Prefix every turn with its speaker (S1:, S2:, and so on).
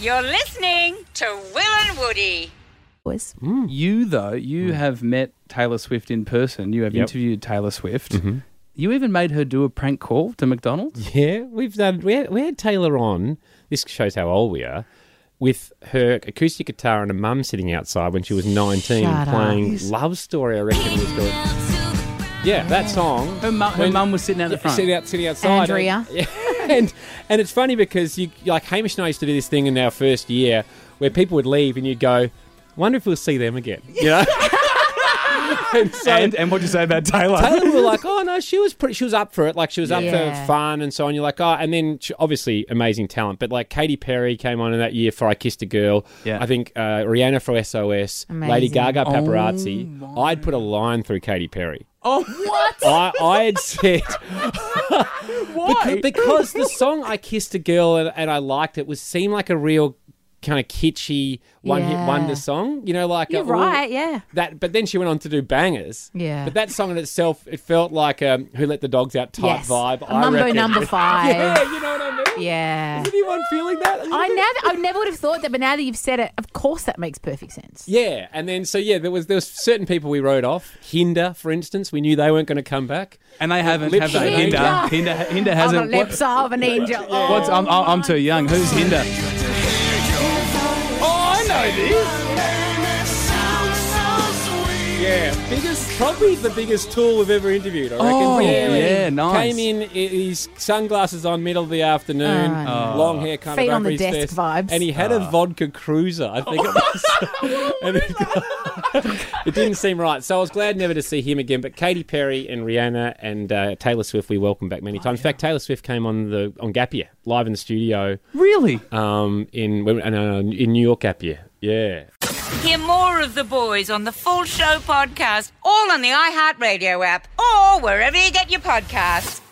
S1: You're listening to Will and Woody.
S2: Boys.
S3: You though, you have met Taylor Swift in person. You have
S4: Yep.
S3: interviewed Taylor Swift. You even made her do a prank call to McDonald's.
S4: Yeah, we've done. We had, we had Taylor on. This shows how old we are. With her acoustic guitar and her mum sitting outside when she was 19
S2: Shut up.
S4: playing Love Story, I reckon was good. Yeah, that song.
S3: Her, mu- her
S4: When-
S3: mum was sitting out the
S4: Yeah,
S3: front.
S4: Sitting, out, sitting outside.
S2: Andrea.
S4: And, yeah, and, and it's funny because you like Hamish and I used to do this thing in our first year where people would leave and you'd go, wonder if we'll see them again. You know? and so
S3: and and what do you say about Taylor?
S4: Taylor, we were like, oh no, she was pretty, she was up for it, like she was up
S2: Yeah.
S4: for fun and so on. You're like, oh, and then she, obviously amazing talent, but like Katy Perry came on in that year for I Kissed a Girl.
S3: Yeah.
S4: I think uh, Rihanna for SOS, Lady
S2: Amazing.
S4: Gaga,
S3: Oh,
S4: Paparazzi.
S3: my.
S4: I'd put a line through Katy Perry.
S3: oh, what?
S4: I, I had said
S3: Why?
S4: Beca- Because, the song "I Kissed a Girl" and, and I liked it was seemed like a real kind of kitschy one-hit
S2: Yeah.
S4: wonder song. You know, like uh,
S2: You're
S4: a-
S2: right, yeah.
S4: That, but then she went on to do bangers.
S2: Yeah.
S4: But that song in itself, it felt like um, "Who Let the Dogs Out" type
S2: Yes.
S4: vibe. I
S2: Mumbo
S4: reckon.
S2: number five.
S4: Yeah, you know what I mean.
S2: Yeah.
S4: Is anyone feeling that? a little
S2: I
S4: bit?
S2: now that- I never would have thought that, but now that you've said it, of course that makes perfect sense.
S4: Yeah, and then so yeah, there was there was certain people we wrote off. Hinder, for instance, we knew they weren't going to come back.
S3: And they haven't, have they?
S4: Lip
S3: Hinder,
S2: sync.
S3: Hinder, Hinder
S2: I'm the
S3: hasn't. what-
S2: lips of an angel. Oh,
S3: what's I'm, I'm I'm too young. Who's Hinder?
S4: Oh, I know this. Yeah, biggest, probably the biggest tool we've ever interviewed. I reckon.
S3: Oh, yeah,
S4: he
S3: nice.
S4: Came in, i- his sunglasses on, middle of the afternoon,
S2: Oh,
S4: long hair, kind
S2: Feet
S4: of
S2: on the
S4: over his
S2: desk
S4: chest,
S2: vibes.
S4: and he had
S3: Ah.
S4: a vodka cruiser. I think it was. And it- it didn't seem right, so I was glad never to see him again. But Katy Perry and Rihanna and uh, Taylor Swift, we welcome back
S2: Oh,
S4: many times. In fact, Taylor Swift came on the on Gap Year live in the studio
S3: Really?
S4: um, in and, uh, in New York Gap Year. Yeah.
S1: Hear more of the boys on the Full Show podcast, all on the iHeartRadio app, or wherever you get your podcasts.